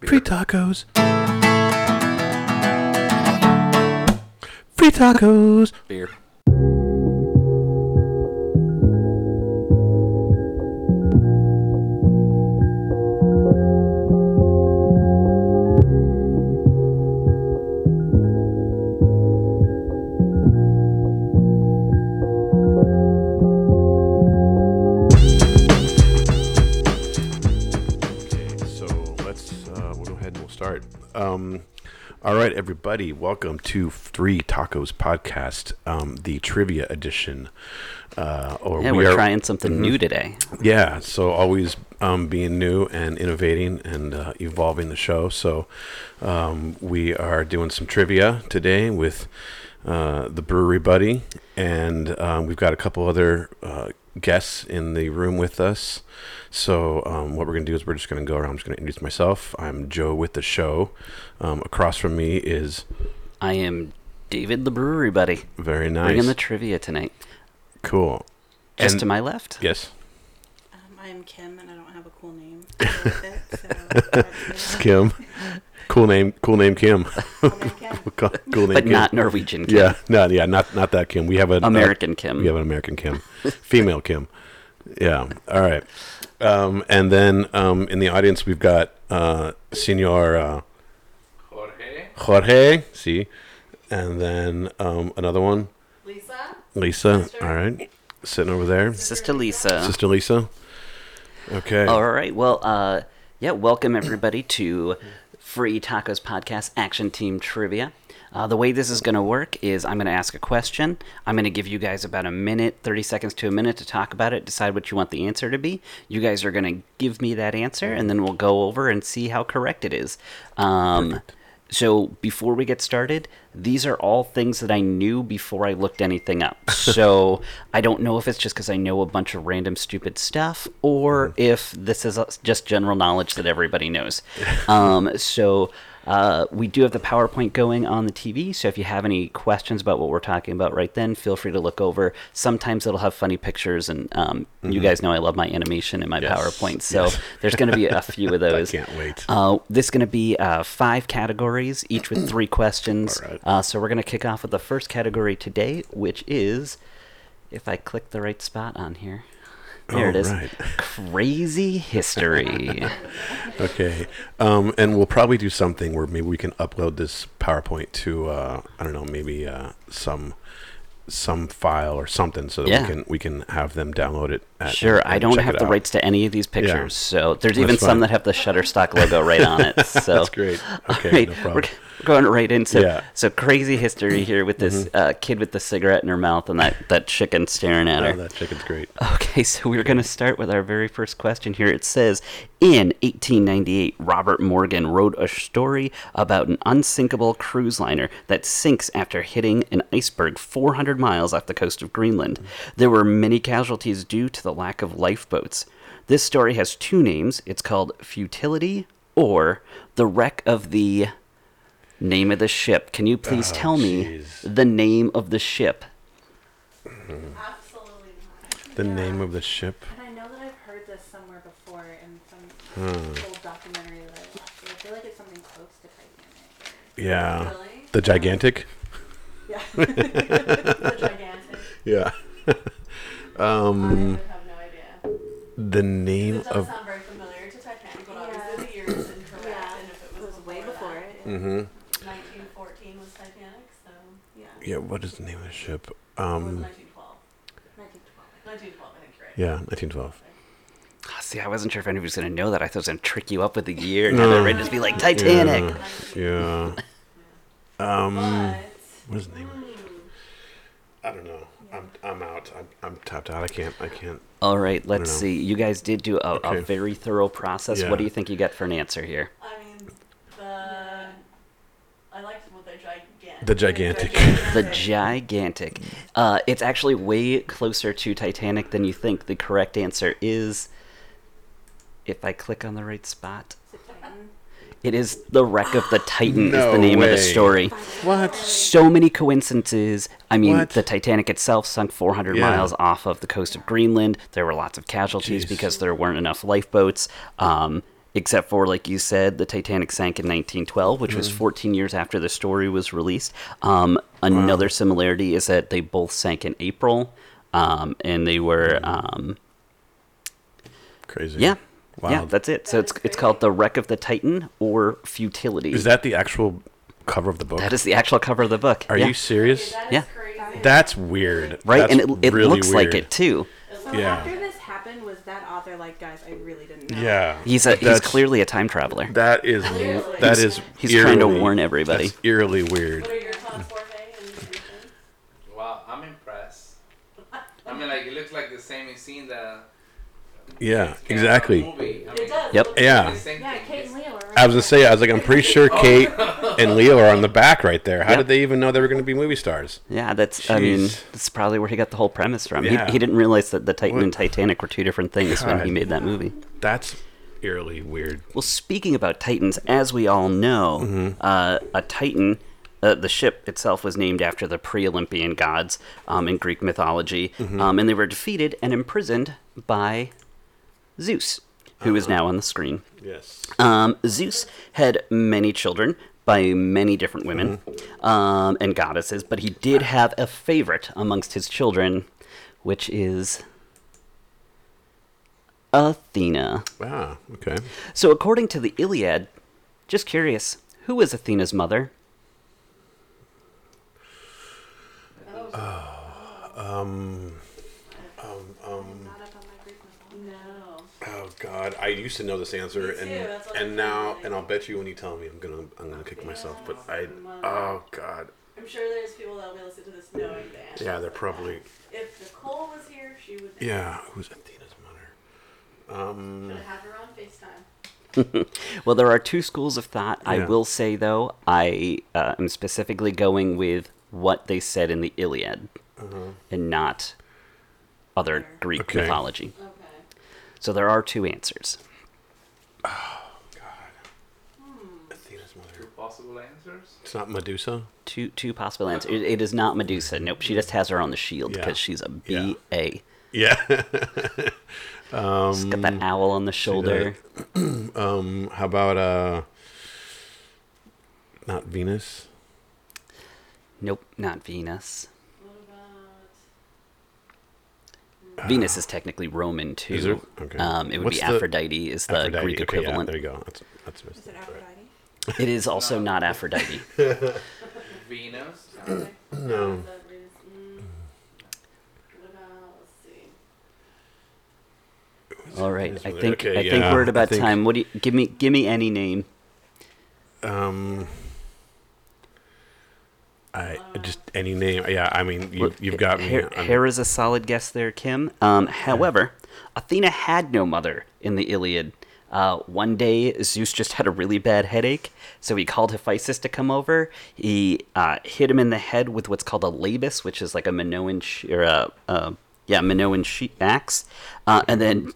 Free tacos. Free tacos. Beer. Okay, so let's uh, we'll go ahead and we'll start. Um, all right, everybody, welcome to Three Tacos Podcast, um, the trivia edition. Uh, or Yeah, we we are are Mm-hmm. trying something new today. yeah, so always um, being new and innovating and uh, evolving the show. So um, we are doing some trivia today with uh, the Brewery Buddy, and um, we've got a couple other uh, guests in the room with us. So um, what we're gonna do is we're just gonna go around. I'm just gonna introduce myself. I'm Joe with the show. Um, across from me is I am David the Brewery Buddy, very nice, bringing the trivia tonight. cool. Just And- to my left, Yes, Um, I'm Kim, and I don't have a cool name. to go with it, so that's me. Kim. cool name. Cool name, Kim. I'm Kim. cool name. but Kim. not Norwegian Kim. Yeah, no, yeah, not not that Kim. We have an American Kim. we have an American Kim, female Kim. Yeah. All right. Um, and then um, in the audience we've got uh, Senor uh, Jorge. Jorge. See, and then um, another one, Lisa. Lisa. Sister. All right, sitting over there, Sister Lisa. Sister Lisa. Okay. All right. Well, uh, yeah, welcome everybody to Free Tacos Podcast Action Team Trivia. Uh, the way this is going to work is I'm going to ask a question. I'm going to give you guys about a minute, 30 seconds to a minute to talk about it, decide what you want the answer to be. You guys are going to give me that answer, and then we'll go over and see how correct it is. Um, so before we get started, these are all things that I knew before I looked anything up. So I don't know if it's just because I know a bunch of random stupid stuff, Mm-hmm. or if this is uh, just general knowledge that everybody knows. Um, so uh, we do have the PowerPoint going on the TV. So if you have any questions about what we're talking about right then, feel free to look over. Sometimes it'll have funny pictures, and um, you guys know I love my animation and my Mm-hmm. Yes. PowerPoint. So there's going to be a few of those. can't wait. Uh, this is going to be uh, five categories, each with three questions. All right. Uh, so we're going to kick off with the first category today, which is if I click the right spot on here. There it All is. right. Crazy history. Okay. Um, and we'll probably do something where maybe we can upload this PowerPoint to uh, I don't know, maybe uh, some some file or something so that Yeah. we can we can have them download it. At, sure, I and don't check have it the out. rights to any of these pictures. So there's even That's fine. some that have the Shutterstock logo right on it. So That's great. Okay, Right, no we're problem. g- going right in. So, Yeah. Mm-hmm. so crazy history here with this uh, kid with the cigarette in her mouth and that, that chicken staring at her. Oh, that chicken's great. Okay, so we're going to start with our very first question here. It says In 1898, Robert Morgan wrote a story about an unsinkable cruise liner that sinks after hitting an iceberg 400 miles off the coast of Greenland. There were many casualties due to the lack of lifeboats. This story has two names it's called Futility or The Wreck of the Name of the Ship. Can you please tell jeez. me the name of the ship? Absolutely not. The name of the ship. And I know that I've heard this somewhere before in some old documentary that I watched. but I feel like it's something close to pregnant. Yeah. Really? The gigantic. Yeah. the gigantic. Yeah. Um, I have no idea. The name It does of sound very familiar to Titanic, but Yeah. obviously the year is incorrect. Yeah. And if it It was, was way before it. Mhm. 1914 was Titanic, so yeah. yeah. What is the name of the ship? Or was Um. 1912. 1912. 1912, I think you're right. Yeah. 1912. Ah, See, I wasn't sure if anybody was going to know that. I thought I was going to trick you up with the year. Now they're ready to be like Titanic. Yeah. yeah. Um. But What is the name? of it? I don't know. I'm I'm out. I'm I'm tapped out. I can't. I can't. All right, let's know. see. You guys did do a, Okay. a very thorough process. Yeah. What do you think you got for an answer here? I mean, the. I liked what the gigantic. The gigantic. The gigantic. Uh, it's actually way closer to Titanic than you think. The correct answer is, if I click on the right spot, Is it Titan? it is the wreck of the Titan. is No the name of the way. story. What? so many coincidences. I mean, What? the Titanic itself sunk 400 Yeah. miles off of the coast of Greenland. There were lots of casualties Jeez. because there weren't enough lifeboats. Um, except for like you said the titanic sank in 1912 which Mm. was 14 years after the story was released um, another similarity is that they both sank in april um, and they Mm. were um, Crazy. yeah Wow. yeah that's it so That it's is it's crazy. called the wreck of the titan or futility Is that the actual cover of the book? that is the actual cover of the book Are yeah. you serious? That is Yeah. crazy. That's weird. right That's and it, it really looks like weird. it too So Yeah. after this happened, was that author like, guys, I really didn't know. Yeah. he's a, he's That's- clearly a time traveler That is Clearly. that He's- is. he's trying to eerily- warn everybody. That's eerily What weird. are your thoughts, Jorge? And Ethan? Wow, I'm impressed. I mean, like it looks like the same scene that. Yeah, came exactly. from the movie. I mean, It does. Yep. look Yeah. the same Yeah, thing. Kate and It's- Leo were right I was gonna there. say, I was like, I'm pretty sure Kate and Leo are on the back right there. How Yeah. did they even know they were gonna be movie stars? Yeah, that's. I mean, Jeez. that's probably where he got the whole premise from. Yeah. He, he didn't realize that the Titan What- and Titanic were two different things when God. he made that movie. That's eerily weird. Well, speaking about Titans, as we all know, Mm-hmm. uh, a Titan, uh, the ship itself, was named after the pre-Olympian gods um, in Greek mythology, Mm-hmm. um, and they were defeated and imprisoned by Zeus, who Oh. is now on the screen. Yes. Um, Zeus had many children by many different women Mm-hmm. um, and goddesses, but he did have a favorite amongst his children, which is Athena. Ah, okay. So, according to the Iliad, just curious, who was Athena's mother? Mm. I'm not up on my Greek mythology. No. Oh God, I used to know this answer, Me too, and that's what and I'm now, thinking. and I'll bet you when you tell me, I'm gonna I'm gonna kick myself. But I, Mother. oh God, I'm sure there's people that'll be listening to this knowing that. yeah, they're probably If Nicole was here, she would. know. yeah. Who's Athena's mother? Um, Should I have her on FaceTime? Well, there are two schools of thought. I Yeah. will say, though, I uh, am specifically going with what they said in the Iliad and not other Greek Mm-hmm. Okay. mythology. Okay. So there are two answers. Athena's Two mother. possible answers. It's not Medusa. Two two possible answers. It, it is not Medusa. Nope. She just has her on the shield Yeah. because she's a Yeah. B A. Yeah. She's got that owl on the shoulder. um. How about uh? Not Venus. Nope, not Venus. What about? Venus is technically Roman too. Is there? Okay. Um, it would What's be the- Aphrodite is the Aphrodite. Greek Okay, yeah, equivalent. there you go. That's that's missed. Is it Aphrodite? it is also not Aphrodite. Venus. No. What about? Let's see. All right. Venus I with it. think Okay, I think yeah, we're at I about think- time. What do you give me give me any name. Um, I just any name. Yeah, I mean, you, Look, you've got me. Here, I'm- here is a solid guess there, Kim. Um, however, Athena had no mother in the Iliad. Uh, one day, Zeus just had a really bad headache, so he called Hephaestus to come over. He uh, hit him in the head with what's called a labus, which is like a Minoan sh- or a, uh, yeah Minoan she- axe. Uh, and then,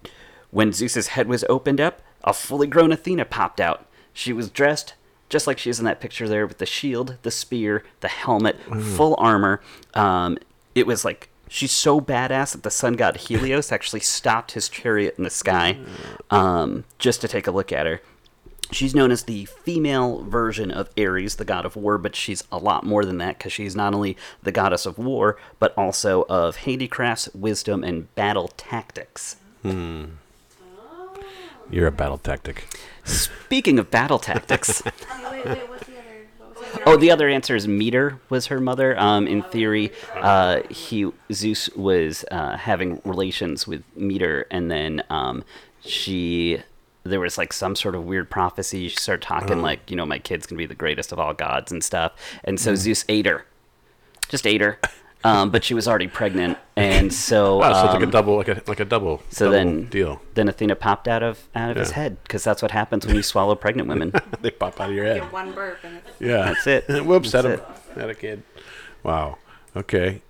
when Zeus's head was opened up, a fully grown Athena popped out. She was dressed just like she is in that picture there with the shield, the spear, the helmet, full armor. Um, it was like she's so badass that the sun god Helios actually stopped his chariot in the sky um, just to take a look at her. She's known as the female version of Ares, the god of war, but she's a lot more than that because she's not only the goddess of war, but also of handicrafts, wisdom, and battle tactics. you're a battle tactic. Speaking of battle tactics, Oh, wait, wait, what's the other? What was the Oh, the other answer is Meter was her mother. Um, in theory, uh, he Zeus was uh, having relations with Meter, and then um, she there was like some sort of weird prophecy. She started Uh-huh. talking like, you know, my kid's gonna be the greatest of all gods and stuff. And Mm-hmm. so Zeus ate her, just ate her. Um, but she was already pregnant, and so Wow, so it's like um, a double, like a like a double. so double then- deal. then Athena popped out of out of his Yeah. head because that's what happens when you swallow pregnant women. they pop out of your head. Get one burp and it's Yeah, That's it. Whoops, That's had a had a kid. Wow. Okay.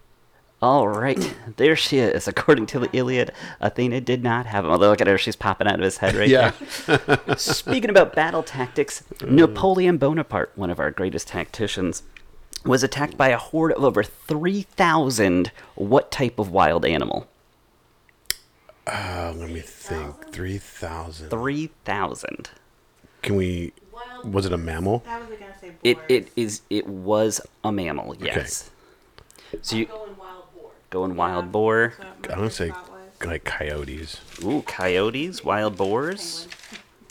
All right, there she is. According to the Iliad, Athena did not have him. Although look at her, she's popping out of his head right Yeah. there. Speaking about battle tactics, Napoleon Bonaparte, one of our greatest tacticians, was attacked by a horde of over 3,000 what type of wild animal? Oh, let me think. Three thousand. 3,000. Can we? Wild. Was it a mammal? I was gonna say boars. It it is it was a mammal. Yes. So I'm you going wild boar. going wild Yeah. boar. That's what my I don't first say thought was. like coyotes. Ooh, coyotes, wild boars,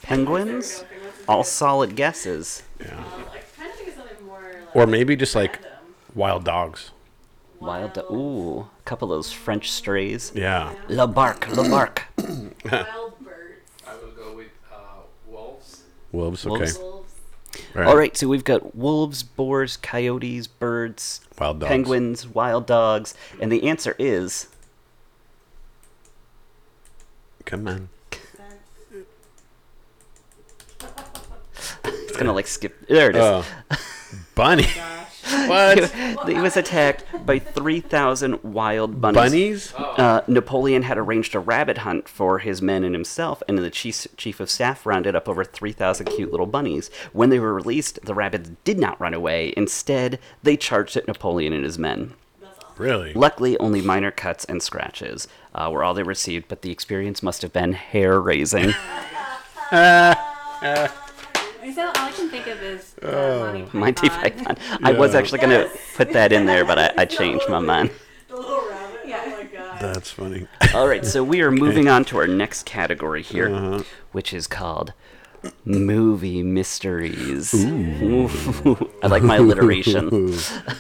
Penguin. penguins. There we go. Okay, what's his All name? solid guesses. Yeah. Um, I kind of think of something more like. Or maybe just like random. wild dogs. Wild. do- Ooh, a couple of those French strays. Yeah. La bark, la bark. Wild birds. I will go with uh, wolves. Wolves. Okay. Wolves. Wolves. All right. All right, so we've got wolves, boars, coyotes, birds, Wild dogs. penguins, wild dogs, and the answer is Come on. That's- it's gonna like skip. There it is. Uh, bunny. Gosh. What? he was attacked by 3,000 wild bunnies. Bunnies? Oh, Uh, Napoleon had arranged a rabbit hunt for his men and himself, and the chief, chief of staff rounded up over 3,000 cute little bunnies. When they were released, the rabbits did not run away. Instead, they charged at Napoleon and his men. That's awesome. Really? Luckily, only minor cuts and scratches uh, were all they received, but the experience must have been hair raising. You said all I can think of is uh, Monty Python. I was Yeah. actually going to put that in there, but I, I changed my mind. The little rabbit. Yeah. Oh my god. That's funny. All right, so we are moving on to our next category here, Uh-huh. which is called movie mysteries. Ooh. I like my alliteration. Uh-huh.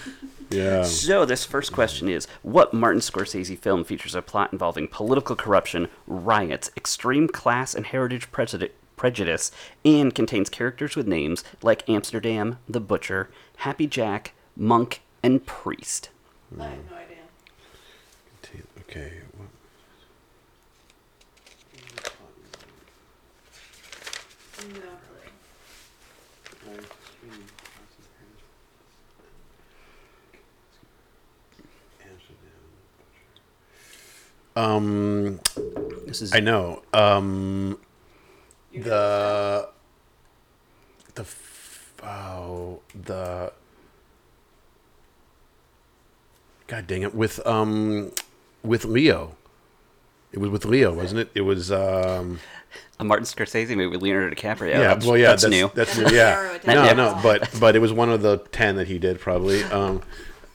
yeah. So, this first question is What Martin Scorsese film features a plot involving political corruption, riots, extreme class and heritage prejudi- prejudice, and contains characters with names like Amsterdam, The Butcher, Happy Jack, Monk, and Priest? I have no idea. Okay. what- No clue. Um, This is I know. Um, You the the f- oh the God dang it with um with Leo. It was with Leo, wasn't it? It was um a Martin Scorsese movie with Leonardo DiCaprio. yeah, that's, well yeah, that's, that's new. That's That's new, yeah. narrowed it No, down. no, but but it was one of the 10 that he did probably. Um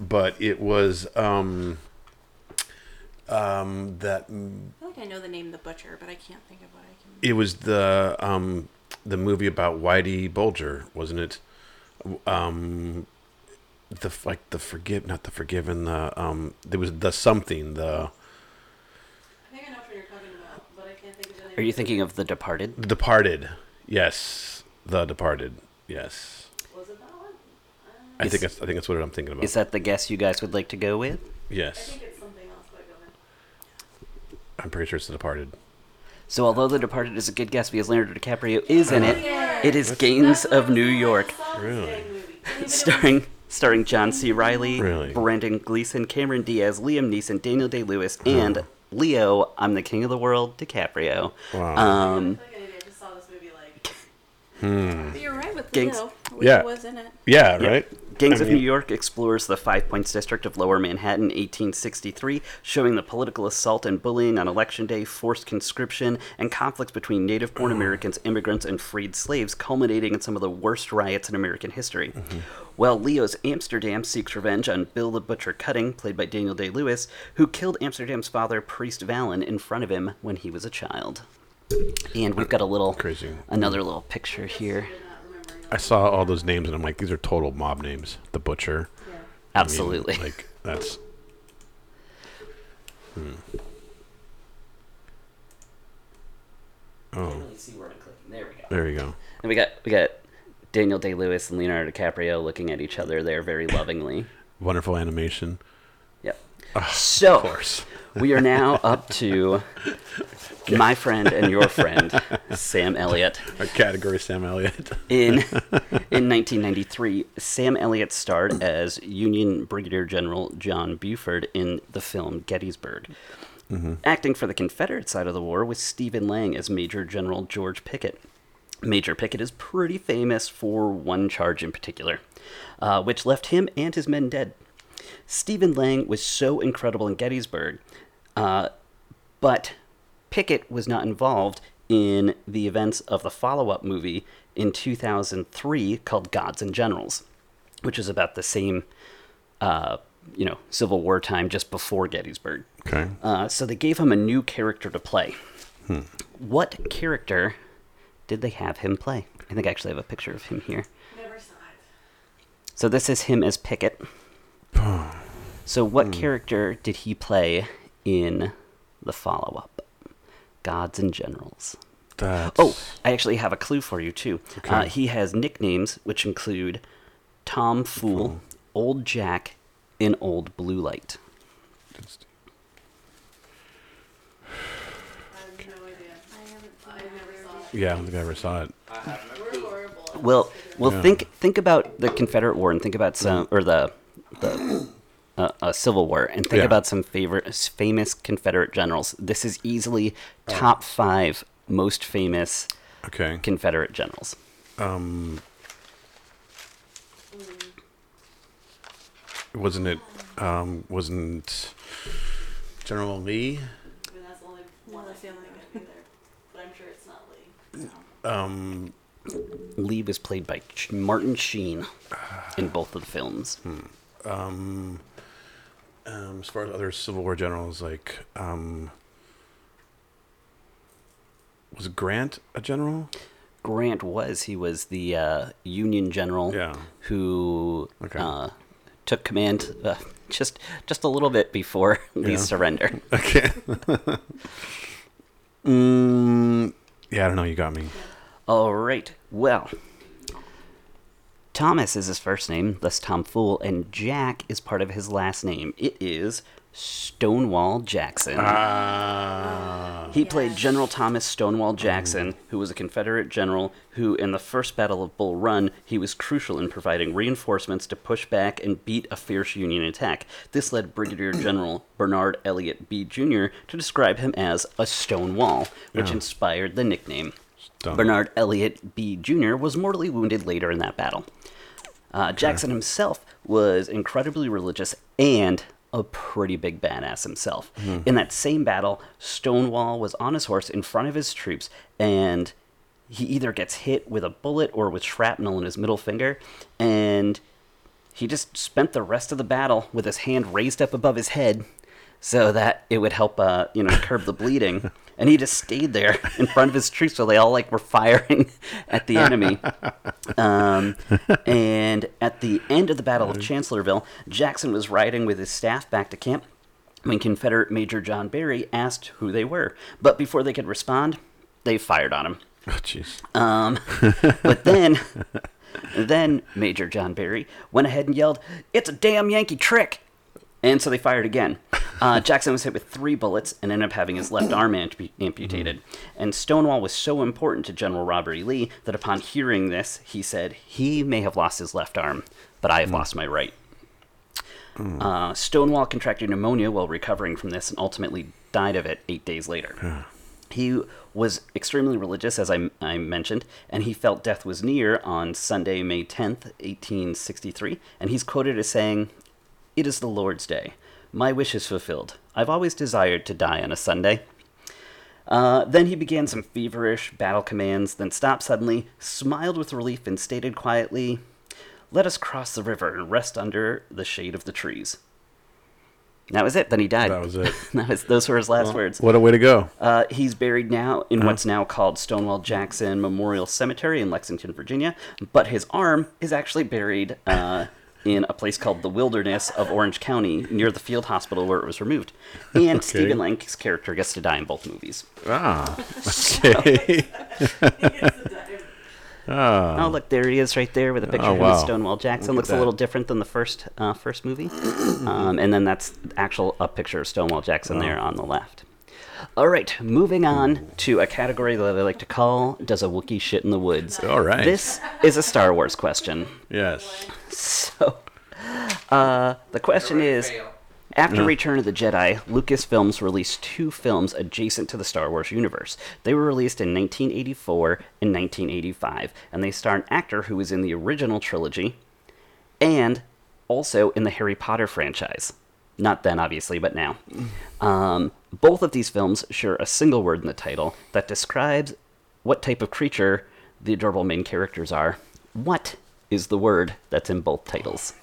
but it was um um that I feel like I know the name The Butcher, but I can't think of what I can. it was the um the movie about Whitey Bulger, wasn't it? Um, the f- like the forgive, not the forgiven. The um, there was the something. The I think I know what you're talking about, but I can't think of the name. Are you thinking of The Departed? The Departed. Yes, The Departed. Yes, Was it that one? Uh, I Is- think that's I think that's what I'm thinking about. Is that the guess you guys would like to go with? I yes, think it's something else. But go ahead. I'm pretty sure it's The Departed. So, although The Departed is a good guess because Leonardo DiCaprio is in it, Yeah. it is Games That's what of New it was. York. I saw this Really? dang movie. Didn't Mm-hmm. even starring starring John C. Riley, Really? Brendan Gleeson, Cameron Diaz, Liam Neeson, Daniel Day Lewis, and Leo, I'm the King of the World, DiCaprio. Wow. Um, I feel like I did. I just saw this movie like But you're right with Gangs- Leo. Yeah. was in it. yeah, yeah. right. Gangs I of mean- New York explores the Five Points District of Lower Manhattan, 1863, showing the political assault and bullying on Election Day, forced conscription, and conflicts between native Mm-hmm. born Americans, immigrants, and freed slaves, culminating in some of the worst riots in American history. Mm-hmm. While Leo's Amsterdam seeks revenge on Bill the Butcher Cutting, played by Daniel Day Lewis, who killed Amsterdam's father, Priest Valen, in front of him when he was a child. And we've got a little, Crazy. another little picture here. did not remembering. I saw all those names and I'm like, these are total mob names. The Butcher. I mean, Absolutely. like that's. Hmm. Oh, There we go. there you go. And we got we got Daniel Day Lewis and Leonardo DiCaprio looking at each other there very lovingly. Wonderful animation. Yep. so Of course. we are now up to my friend and your friend, Sam Elliott. Our category Sam Elliott. In in 1993, Sam Elliott starred as Union Brigadier General John Buford in the film Gettysburg. Acting for the Confederate side of the war was Stephen Lang as Major General George Pickett. Major Pickett is pretty famous for one charge in particular, uh, which left him and his men dead. Stephen Lang was so incredible in Gettysburg, uh, but Pickett was not involved in the events of the follow up movie in 2003 called Gods and Generals, which is about the same, uh, you know, Civil War time just before Gettysburg. Okay. Uh, so they gave him a new character to play. What character did they have him play? I think I actually have a picture of him here. Never saw it. So this is him as Pickett. so what character did he play in the follow up? Gods and Generals. That's Oh, I actually have a clue for you too. Uh, he has nicknames which include Tom Fool, Old Jack, and Old Blue Light. I have no idea. I I haven't seen never saw it. yeah. I don't think I ever saw it. I have no We're clue. horrible. at Well, this. well, Yeah. think think about the Confederate War and think about some or the the uh, uh, Civil War and think Yeah. about some favorite famous Confederate generals. This is easily Oh. top five most famous Okay. Confederate generals. Wasn't it? Um, wasn't General Lee? I mean, that's the only one I that's the can only one. think of either. But I'm sure it's not Lee. Um, Lee was played by Ch- Martin Sheen in both of the films. Hmm. um, um, as far as other Civil War generals, like um, was Grant a general? Grant was he was the uh, Union general Yeah. who Okay. uh, took command uh, just just a little bit before Lee's Yeah. surrender. Okay. mm, yeah, I don't know. You got me. All right. Well, Thomas is his first name, thus Tom Fool, and Jack is part of his last name. It is Stonewall Jackson. Ah. He played General Thomas Stonewall Jackson, who was a Confederate general who, in the First Battle of Bull Run, he was crucial in providing reinforcements to push back and beat a fierce Union attack. This led Brigadier General Bernard Elliott B. Jr. to describe him as a Stonewall, which Yeah. inspired the nickname. Stonewall. Bernard Elliott B. Jr. was mortally wounded later in that battle. Uh, Jackson himself was incredibly religious and a pretty big badass himself. In that same battle, Stonewall was on his horse in front of his troops, and he either gets hit with a bullet or with shrapnel in his middle finger, and he just spent the rest of the battle with his hand raised up above his head so that it would help uh, you know curb the bleeding and he just stayed there in front of his troops while they all like were firing at the enemy um, and at the end of the battle of chancellorville jackson was riding with his staff back to camp when confederate major john barry asked who they were but before they could respond they fired on him Oh, jeez. um, but then, then Major John Barry went ahead and yelled, "It's a damn Yankee trick!" And so they fired again. Uh, Jackson was hit with three bullets and ended up having his left arm ampu- amputated. And Stonewall was so important to General Robert E. Lee that upon hearing this, he said, "He may have lost his left arm, but I have lost my right." Uh, Stonewall contracted pneumonia while recovering from this and ultimately died of it eight days later. He was extremely religious, as I, I mentioned, and he felt death was near on Sunday, May 10th, 1863. And he's quoted as saying, It is the Lord's Day. My wish is fulfilled. I've always desired to die on a Sunday. Uh, then he began some feverish battle commands, then stopped suddenly, smiled with relief, and stated quietly, Let us cross the river and rest under the shade of the trees. And That was it. Then he died. That was it. That was- those were his last words. What a way to go. Uh, he's buried now in what's now called Stonewall Jackson Memorial Cemetery in Lexington, Virginia, but his arm is actually buried uh, in a place called the Wilderness of Orange County near the field hospital where it was removed. And Stephen Lang's character gets to die in both movies. Ah. Okay. Ah, Oh, look, there he is right there with a picture Um, Oh, of him wow. as Stonewall Jackson. Look at Looks a that. little different than the first uh, first movie. um, and then that's actual a picture of Stonewall Jackson there Oh. on the left. All right, moving on to a category that I like to call "Does a Wookiee shit in the woods?" All right. This is a Star Wars question. yes. So, uh, the question Already is. failed. After Return of the Jedi, Lucasfilms released two films adjacent to the Star Wars universe. They were released in 1984 and 1985, and they star an actor who was in the original trilogy and also in the Harry Potter franchise. Not then, obviously, but now. Um, both of these films share a single word in the title that describes what type of creature the adorable main characters are. What is the word that's in both titles?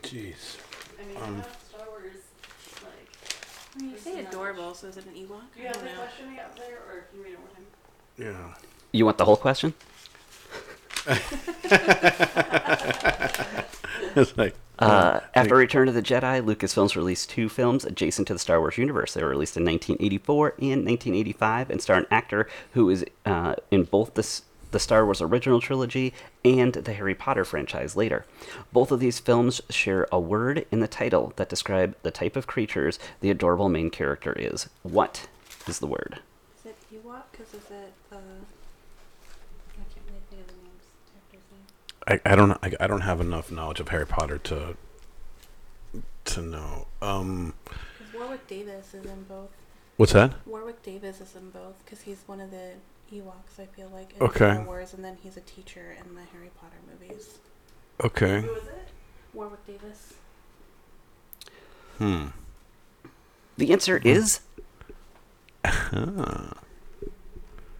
Jeez. I mean, how about Star Wars? Like, I mean, you say Personage. adorable, so is it an Ewok? do you have I the don't know. question out there, or can you read it one time? Yeah. You want the whole question? it's like Uh, after Return of the Jedi, Lucasfilms released two films adjacent to the Star Wars universe. They were released in 1984 and 1985 and star an actor who is uh, in both the, s- the Star Wars original trilogy and the Harry Potter franchise later. Both of these films share a word in the title that describe the type of creatures the adorable main character is. What is the word? Is it Ewok? Because is it uh? I can't really think of the names. Characters name. I, I don't I, I don't have enough knowledge of Harry Potter to to know. Um, Because Warwick Davis is in both. what's that? Warwick Davis is in both because he's one of the Ewoks. I feel like in Okay. Star Wars, and then he's a teacher in the Harry Potter movies. Okay. Who was it? Warwick Davis. Hmm. The answer is Ah,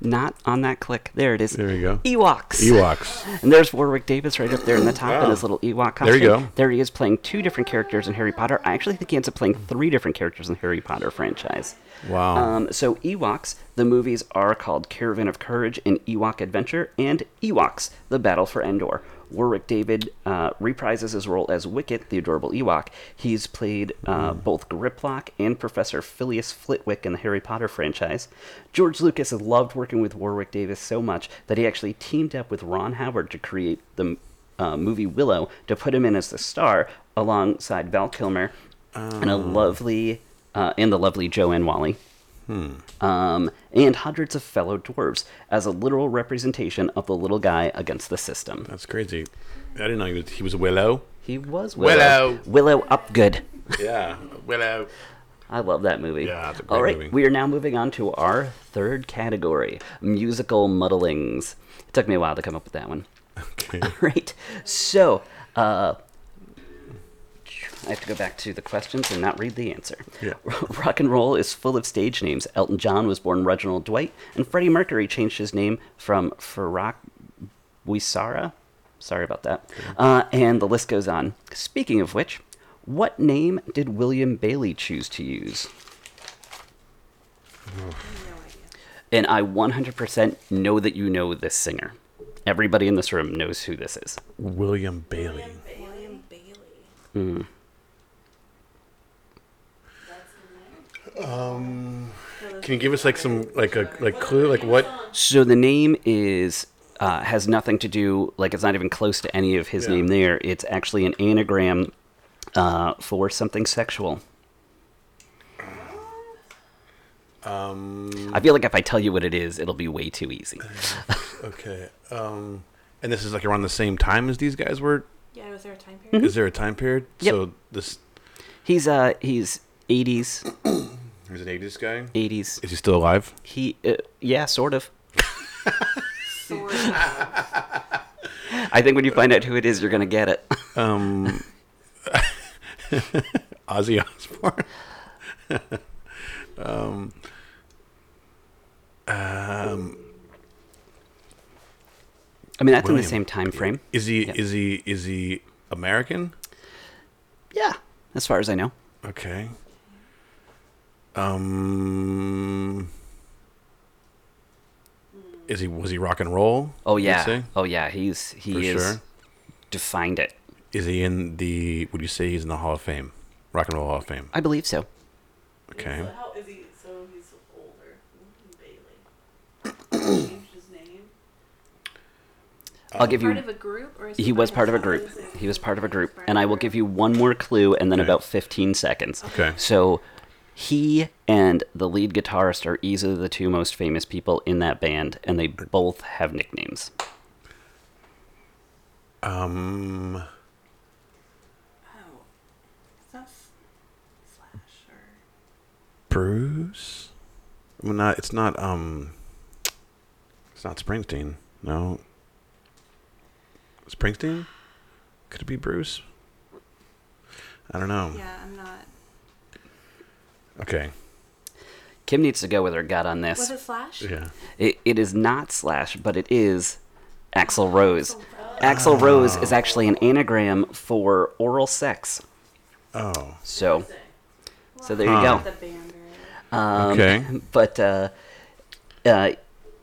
not on that click. There it is. there you go. Ewoks. Ewoks. And there's Warwick Davis right up there in the top in his little Ewok costume. There you go. There he is playing two different characters in Harry Potter. I actually think he ends up playing three different characters in the Harry Potter franchise. Wow. Um, so Ewoks, the movies are called Caravan of Courage and Ewok Adventure, and Ewoks, The Battle for Endor. Warwick David uh, reprises his role as Wicket, the adorable Ewok. He's played uh, both Griplock and Professor Phileas Flitwick in the Harry Potter franchise. George Lucas loved working with Warwick Davis so much that he actually teamed up with Ron Howard to create the uh, movie Willow to put him in as the star alongside Val Kilmer and a lovely uh, and the lovely Joanne Wally um, and hundreds of fellow dwarves as a literal representation of the little guy against the system. That's crazy. I didn't know he was, he was a willow. He was Willow. Willow. Willow Upgood. Yeah, willow. I love that movie. Yeah, it's a great All right, movie. we are now moving on to our third category musical muddlings. It took me a while to come up with that one. Okay. Right. So, uh, I have to go back to the questions and not read the answer. Yeah. Rock and roll is full of stage names. Elton John was born Reginald Dwight, and Freddie Mercury changed his name from Farrakh Wisara. Sorry about that. Uh, and the list goes on. Speaking of which, what name did William Bailey choose to use? No idea. And I 100% know that you know this singer. Everybody in this room knows who this is. William Bailey. William Bailey. Can you give us like some like a like clue like what? So the name is uh, has nothing to do like it's not even close to any of his Yeah. name there. It's actually an anagram uh, for something sexual. Um. I feel like if I tell you what it is, it'll be way too easy. Okay. Um. And this is like around the same time as these guys were. Yeah, was there a time period? Is there a time period? Yep. So this He's uh he's 80s, he's an '80s guy. 80s. Is he still alive? He uh, yeah, sort of. Sort of. I think when you find out who it is, you're gonna get it. Um, Ozzy Osbourne. Um, I mean, that's in William. the same time frame. Is he? Yep. Is he? Is he American? Yeah, as far as I know. Okay. Um. Is he? Was he rock and roll? Oh you'd yeah. say? Oh yeah. He's he For is sure. defined it. Is he in the? Would you say he's in the Hall of Fame? Rock and Roll Hall of Fame. I believe so. Okay. So how is he? So he's older. than Bailey. Changed his name. Uh, I'll give Part you of a group, or is He was part of a group. He was part of a group. And I will give you one more clue and then about 15 seconds. Okay. So he and the lead guitarist are easily the two most famous people in that band, and they both have nicknames. Um. Oh, it's not S- Slash or Bruce. I mean, not. It's not. Um. It's not Springsteen. No. Springsteen. Could it be Bruce? I don't know. yeah, I'm not. Okay. Kim needs to go with her gut on this. Was it Slash? Yeah. It, it is not Slash, but it is Axl Rose. Axl Rose is actually an anagram for oral sex. Oh. So, so there Huh. you The band. Right? go. Um, Okay. But uh, uh,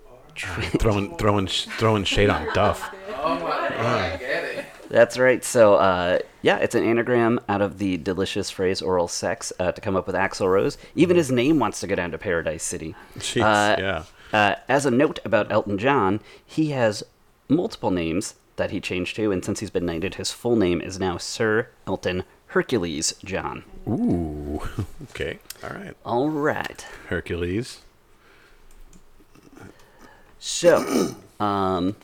throwing throwing sh- throwing shade on Duff. Oh my god, I get it. that's right. So uh, yeah, it's an anagram out of the delicious phrase oral sex uh, to come up with Axl Rose. Even his name wants to go down to Paradise City. Jeez. Uh, yeah. Uh, as a note about Elton John, he has multiple names that he changed to, and since he's been knighted, his full name is now Sir Elton Hercules John. Ooh. Okay. All right. All right. Hercules. So, um,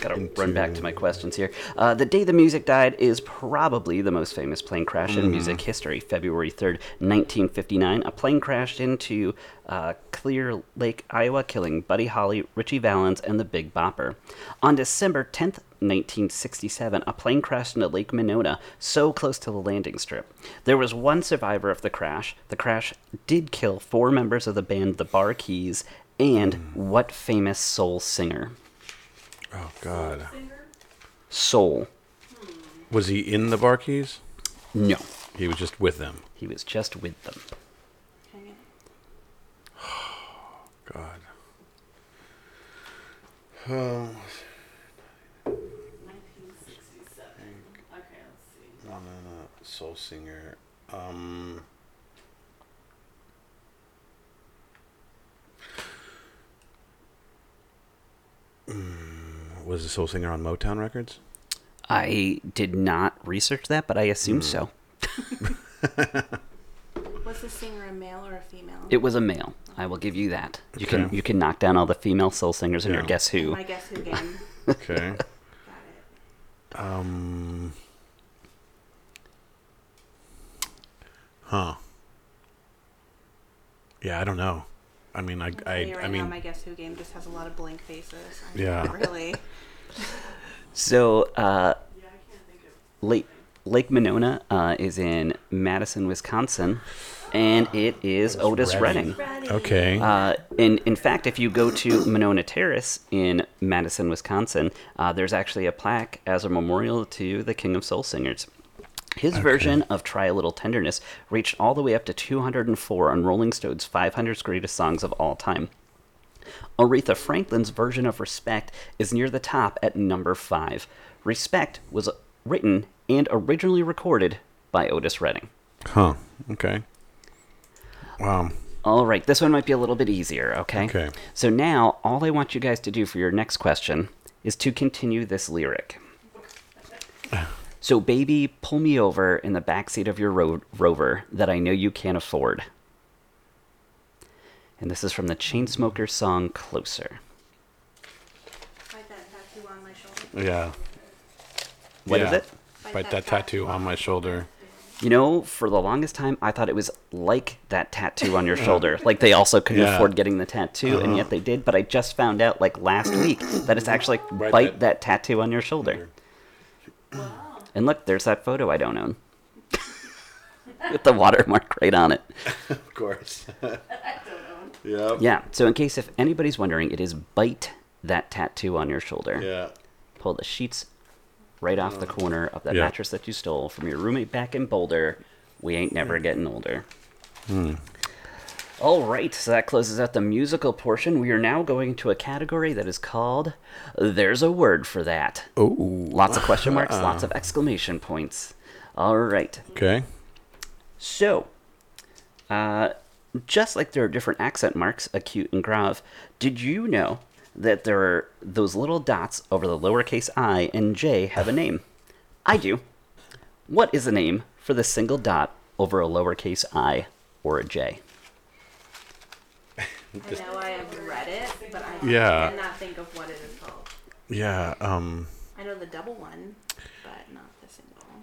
gotta run back to my questions here. Uh, the day the music died is probably the most famous plane crash in music history. February third, nineteen fifty nine, a plane crashed into uh, Clear Lake, Iowa, killing Buddy Holly, Richie Valens, and the Big Bopper. On December tenth. 1967, a plane crashed into Lake Monona, so close to the landing strip. There was one survivor of the crash. The crash did kill four members of the band The Bar Keys and what famous soul singer? Oh God. Soul. Was he in the bar keys? No. He was just with them. He was just with them. Hang on. God. Nineteen sixty-seven. Okay, let's see. No, no, no. Soul singer. Um. mm, Was the soul singer on Motown Records? I did not research that, but I Hmm. assume so. Was the singer a male or a female? It was a male. I will give you that. You can Okay. you can knock down all the female soul singers in your Yeah. guess who. My guess who game. Okay. Got it. um. Huh. Yeah, I don't know. I mean, I, I, right I mean, now, my guess who game just has a lot of blank faces. I mean, Yeah. Really. So uh, Yeah, I can't think of. Lake Lake Monona uh, is in Madison, Wisconsin, and it is Otis Redding. Redding. okay. Uh, in, in fact, if you go to Monona Terrace in Madison, Wisconsin, uh, there's actually a plaque as a memorial to the King of Soul Singers. His version of Try a Little Tenderness reached all the way up to 204 on Rolling Stone's 500 Greatest Songs of All Time. Aretha Franklin's version of Respect is near the top at number 5. Respect was written and originally recorded by Otis Redding. Huh. Okay. Um, Wow. All right, this one might be a little bit easier, okay? Okay. So now, all I want you guys to do for your next question is to continue this lyric. So, baby, pull me over in the backseat of your ro- rover that I know you can't afford. And this is from the Chainsmokers song Closer. Like that tattoo on my shoulder. Yeah. What is Yeah. it? Bite that tattoo on my shoulder. You know, for the longest time, I thought it was like that tattoo on your shoulder. Like they also couldn't Yeah. Uh-huh. afford getting the tattoo, and yet they did. But I just found out, like last week, that it's actually Right, bite that- that, tattoo on your shoulder. And look, there's that photo I don't own with the watermark right on it. Of course. yeah. Yeah. So in case if anybody's wondering, it is bite that tattoo on your shoulder. Yeah. Pull the sheets right off the corner of that Yeah. mattress that you stole from your roommate back in Boulder. We ain't never getting older. All right, so that closes out the musical portion. We are now going to a category that is called There's a Word for That. Ooh. Lots of question marks, lots of exclamation points. All right. Okay. So, uh, just like there are different accent marks, acute and grave, did you know that there are those little dots over the lowercase i and j have a name? I do. What is the name for the single dot over a lowercase i or a j? I know I have read it, but I Yeah. cannot think of what it is called. Yeah. Um. I know the double one, but not the single one.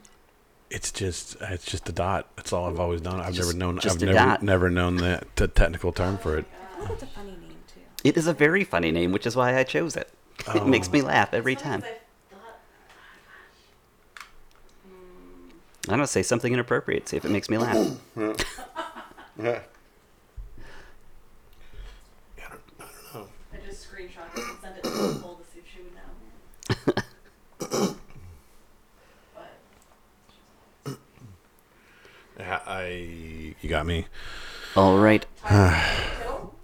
It's just it's just a dot. That's all I've always known. I've Just- never known. just I've a never dot. never known the, the technical term for it. I think it's a funny name too. It is a very funny name, which is why I chose it. It makes me laugh every time. Sometimes I thought hmm. I don't know, say something inappropriate, see if it makes me laugh. screenshot it and send it to Nicole to see if she would know. but Yeah, I you got me. All right. Tittle?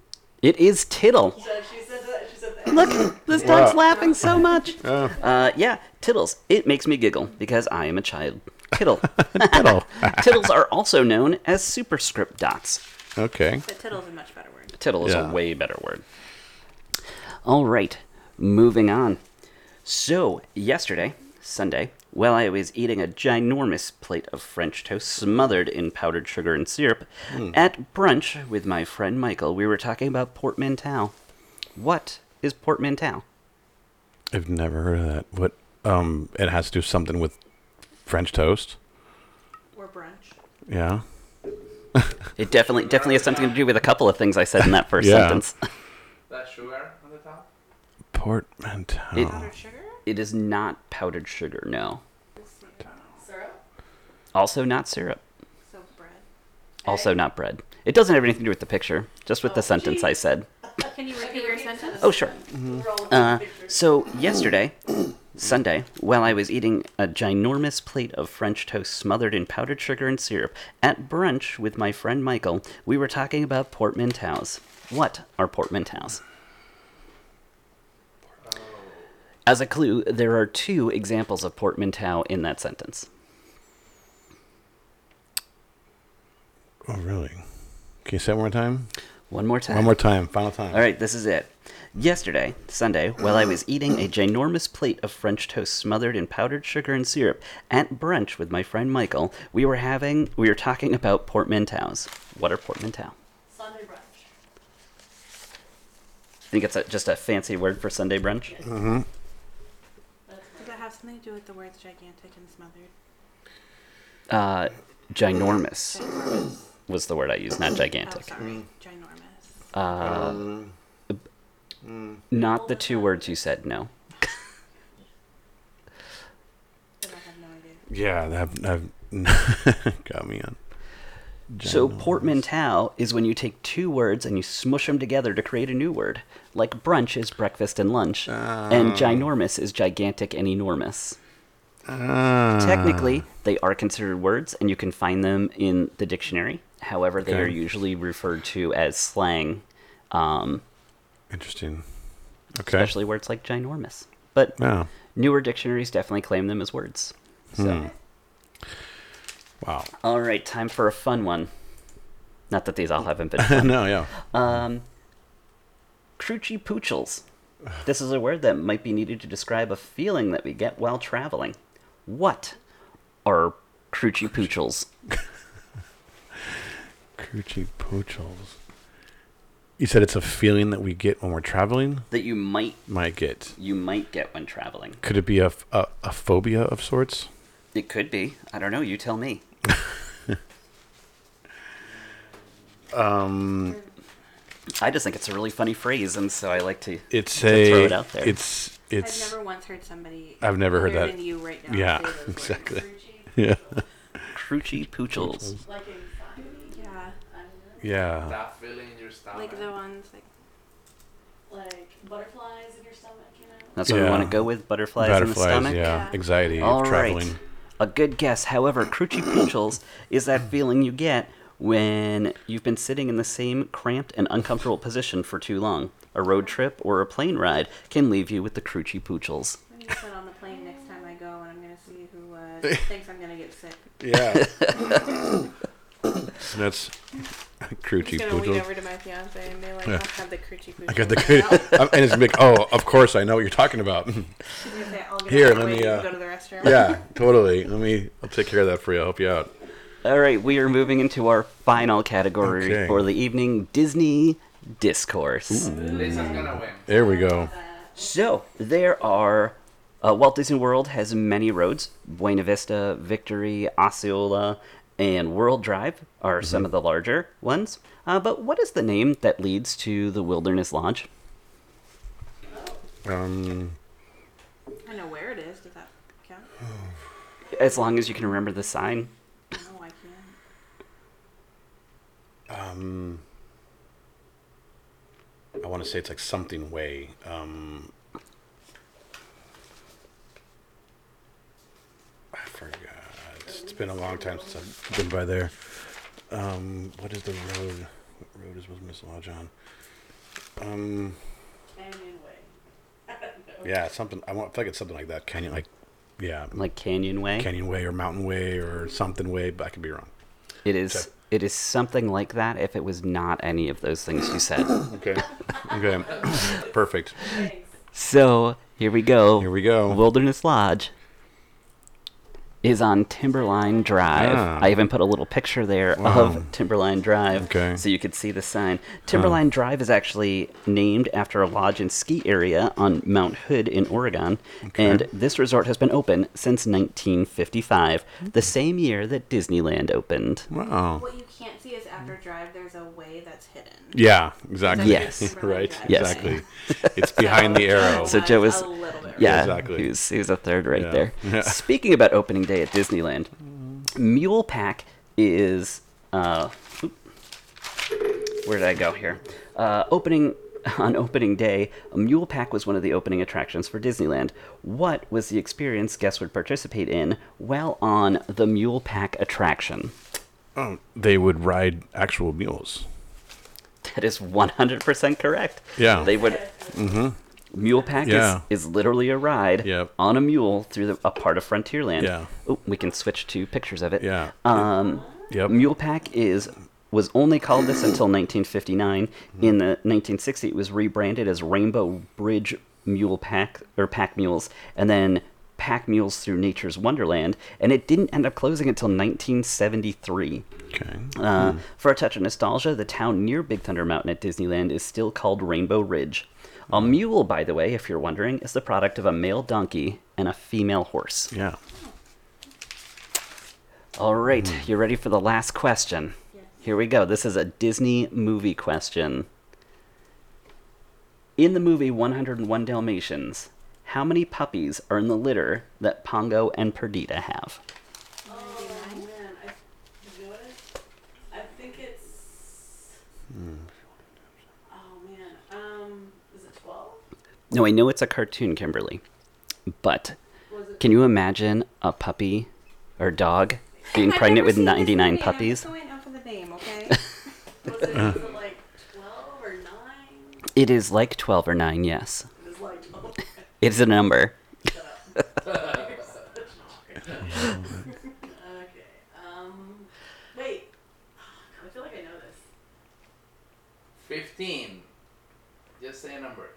It is Tittle. So she said that. She said that. Look, this dog's Wow. laughing so much. Uh, Uh, yeah, Tittles. It makes me giggle because I am a child. Tittle. tittle. Tittles are also known as superscript dots. okay. But tittle's a much better word. Tittle is Yeah. a way better word. All right, moving on. So, yesterday, Sunday, while I was eating a ginormous plate of French toast smothered in powdered sugar and syrup, Hmm. at brunch with my friend Michael, we were talking about portmanteau. What is portmanteau? I've never heard of that. What? Um, it has to do something with French toast. Or brunch. Yeah. It definitely definitely has something to do with a couple of things I said in that first Yeah. sentence. That sugar on the top? Portmanteau. It- Powdered sugar? It is not powdered sugar, no. Syrup? Also not syrup. So bread. Also not bread. It doesn't have anything to do with the picture, just with the Oh, sentence I said. Can you repeat your sentence? Oh, sure. Roll with Uh, the picture. so yesterday, Sunday, while I was eating a ginormous plate of French toast smothered in powdered sugar and syrup at brunch with my friend Michael, we were talking about portmanteaus. What are portmanteaus? As a clue, there are two examples of portmanteau in that sentence. Oh, really? Can you say it one more time? One more time. One more time. Final time. All right, this is it. Yesterday, Sunday, while I was eating a ginormous plate of French toast smothered in powdered sugar and syrup at brunch with my friend Michael, we were having we were talking about portmanteaus. What are portmanteau? Sunday brunch. I think it's a, just a fancy word for Sunday brunch. Mm-hmm. That's Does that have something to do with the words gigantic and smothered? Uh, ginormous Ginormous. was the word I used, not Oh, gigantic. sorry. Ginormous. Uh, not the two words you said. No. I have no idea. Yeah, that I've got me on. So Ginormous. portmanteau is when you take two words and you smush them together to create a new word. Like brunch is breakfast and lunch, and ginormous is gigantic and enormous. Ah. Technically, they are considered words, and you can find them in the dictionary. However, they Okay. are usually referred to as slang, um, Ah, Interesting. Okay. especially words like ginormous. But Wow. newer dictionaries definitely claim them as words. So, Hmm. Wow. all right, time for a fun one. Not that these all haven't been fun. no, yeah. Um, Cruchy poochles. This is a word that might be needed to describe a feeling that we get while traveling. What are cruchy poochles? Coochie poochles. You said it's a feeling that we get when we're traveling. That you might Might get. you might get when traveling. Could it be a, f- a, a phobia of sorts? It could be. I don't know. You tell me. Um, I just think it's a really funny phrase, and so I like to. it's To a. throw it out there. It's it's. I've never once heard somebody. I've never heard other that. than you right now. yeah, say those words. exactly. Fruity, Yeah, Cruchy poochles. Like anxiety. Yeah. I don't yeah. That feeling in your stomach. Like the ones like know. Like butterflies in your stomach, you know? That's what we Yeah. want to go with. Butterflies, Butterflies. in the stomach. yeah. Yeah. anxiety All of right. traveling. A good guess, however, crunchy poochles is that feeling you get when you've been sitting in the same cramped and uncomfortable position for too long. A road trip or a plane ride can leave you with the crunchy poochles. I'm gonna put on the plane next time I go, and I'm gonna see who uh, thinks I'm gonna get sick. Yeah. That's I'm cruchy just gonna lean poodle. over to my fiance and be like, Yeah. "I'll have the crunchy poochie." I got the I'm- and it's like, oh, of course I know what you're talking about. Here, Here, let let me, uh, go to the restroom. yeah, totally. Let me. I'll take care of that for you. I'll help you out. All right, we are moving into our final category Okay. for the evening Disney discourse. Lisa's gonna win. There we go. So there are. Uh, Walt Disney World has many roads. Buena Vista, Victory, Osceola, and World Drive are Mm-hmm. some of the larger ones. Uh, but what is the name that leads to the Wilderness Lodge? Um, I know where it is. Does that count? As long as you can remember the sign. No, I can't. um, I want to say it's like something way. Um, I forgot. It's, it's been a long time since I've been by there. Um, what is the road? What road is with Miss Lodge on? Um, Anyway. yeah, something. I want. I feel like it's something like that. Canyon, like, yeah, like Canyon Way. Canyon Way or Mountain Way or something Way. But I could be wrong. It is. Check. It is something like that. If it was not any of those things you said. Okay. okay. Perfect. so here we go. Here we go. Wilderness Lodge is on Timberline Drive. Ah. I even put a little picture there Wow. of Timberline Drive Okay. so you could see the sign. Timberline Drive is actually named after a lodge and ski area on Mount Hood in Oregon, and this resort has been open since 1955, the same year that Disneyland opened. Wow. What you can't see is after drive, there's a way that's hidden. Yeah. Exactly. Yes. right. Yes. Exactly. It's behind the arrow. So Joe was- a little bit. Yeah, exactly. He was, he was a third right Yeah. there. Yeah. Speaking about opening day at Disneyland, Mule Pack is. Uh, oop. where did I go here? Uh, opening on opening day, Mule Pack was one of the opening attractions for Disneyland. What was the experience guests would participate in while on the Mule Pack attraction? Oh, they would ride actual mules. That is 100% correct. Yeah. Mm-hmm. They would. Mule pack Yeah. is, is literally a ride Yep. on a mule through the, a part of Frontierland. Yeah. Oh, we can switch to pictures of it. Yeah. Um, Yep. Mule pack is was only called this until 1959. In the 1960, it was rebranded as Rainbow Bridge Mule Pack or Pack Mules, and then Pack Mules Through Nature's Wonderland. And it didn't end up closing until 1973. Okay. Uh, For a touch of nostalgia, the town near Big Thunder Mountain at Disneyland is still called Rainbow Ridge. A mule, by the way, if you're wondering, is the product of a male donkey and a female horse. Yeah. All right, you ready for the last question? Here we go. This is a Disney movie question. In the movie 101 Dalmatians, how many puppies are in the litter that Pongo and Perdita have? Oh man, I you know what? I think it's. Oh man, um, is it twelve? No, I know it's a cartoon, Kimberly, but Was it? Can you imagine a puppy or dog being I've pregnant never with seen this 99 movie. I'm just puppies? going off of the name, okay? Was it, was it like twelve or nine? It is like 12 or 9, yes. It was like twelve. It's a number. okay. Um. Wait. Oh, God, I feel like I know this. Fifteen. Just say a number.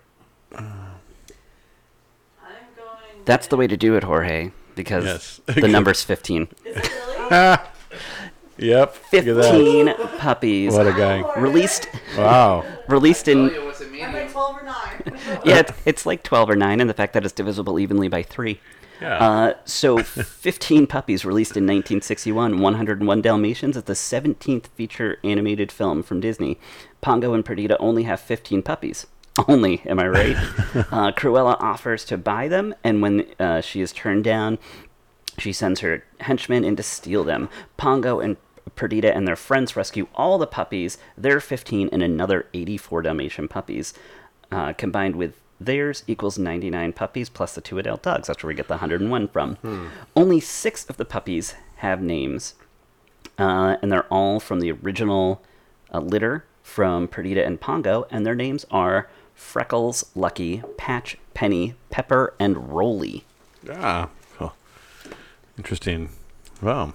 I'm going. That's the way to do it, Jorge, because Yes. the number's 15. Is it really? Ah. Yep. Look at that. 15 puppies. What a guy. Released, Wow. released Oh, in. it was a Am I medium. twelve or nine? Yeah, it's, it's like 12 or 9, and the fact that it's divisible evenly by 3. Yeah. Uh, so 15 puppies released in 1961 101 dalmatians is the 17th feature animated film from disney pongo and perdita only have 15 puppies only am i right uh, cruella offers to buy them and when uh, she is turned down she sends her henchmen in to steal them pongo and Perdita and their friends rescue all the puppies, their 15 and another 84 Dalmatian puppies, uh, combined with theirs equals 99 puppies plus the two adult dogs. That's where we get the 101 from. Only six of the puppies have names, uh, and they're all from the original uh, litter from Perdita and Pongo, and their names are Freckles, Lucky, Patch, Penny, Pepper, and Rolly. ah. Cool. Interesting. Wow.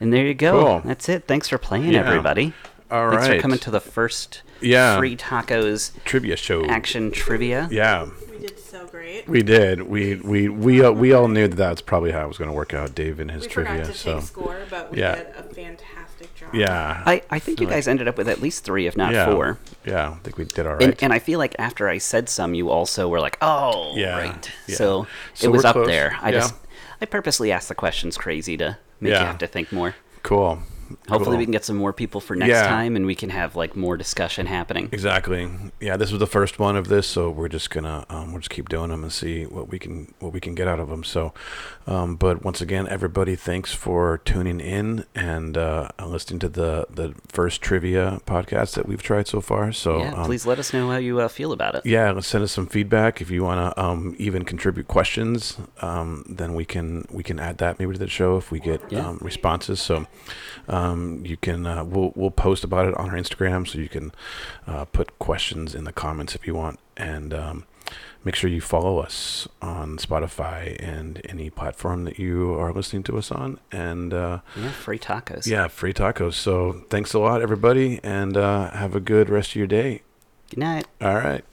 And there you go. Cool. That's it. Thanks for playing, Yeah. everybody. All right. Thanks for coming to the first Yeah. free tacos trivia show. action trivia. Yeah. we did so great. We did. We we we uh, we all knew that that's probably how it was going to work out. Dave and his We trivia. forgot to so take score, but we Yeah. did a fantastic job. yeah. I, I think you Right. guys ended up with at least three, if not yeah. four. Yeah. I think we did all right. And, and I feel like after I said some, you also were like, "Oh, Yeah, right." yeah. So, So it was we're up close. there. I Yeah. just I purposely asked the questions crazy to make Yeah. you have to think more. cool. Hopefully, we'll- we can get some more people for next Yeah. time, and we can have like more discussion happening. Exactly. Yeah, this was the first one of this, so we're just gonna um, we'll just keep doing them and see what we can what we can get out of them. So, um, but once again, everybody, thanks for tuning in and uh, listening to the the first trivia podcast that we've tried so far. So, yeah, um, please let us know how you uh, feel about it. yeah, let's send us some feedback if you want to um, even contribute questions. Um, then we can we can add that maybe to the show if we get Yeah. um, responses. So um, you can uh, we'll we'll post about it on our Instagram, so you can uh, put questions in the comments if you want, and um, make sure you follow us on Spotify and any platform that you are listening to us on. And uh, Yeah, free tacos. yeah, free tacos. So thanks a lot, everybody, and uh, have a good rest of your day. Good night. All right.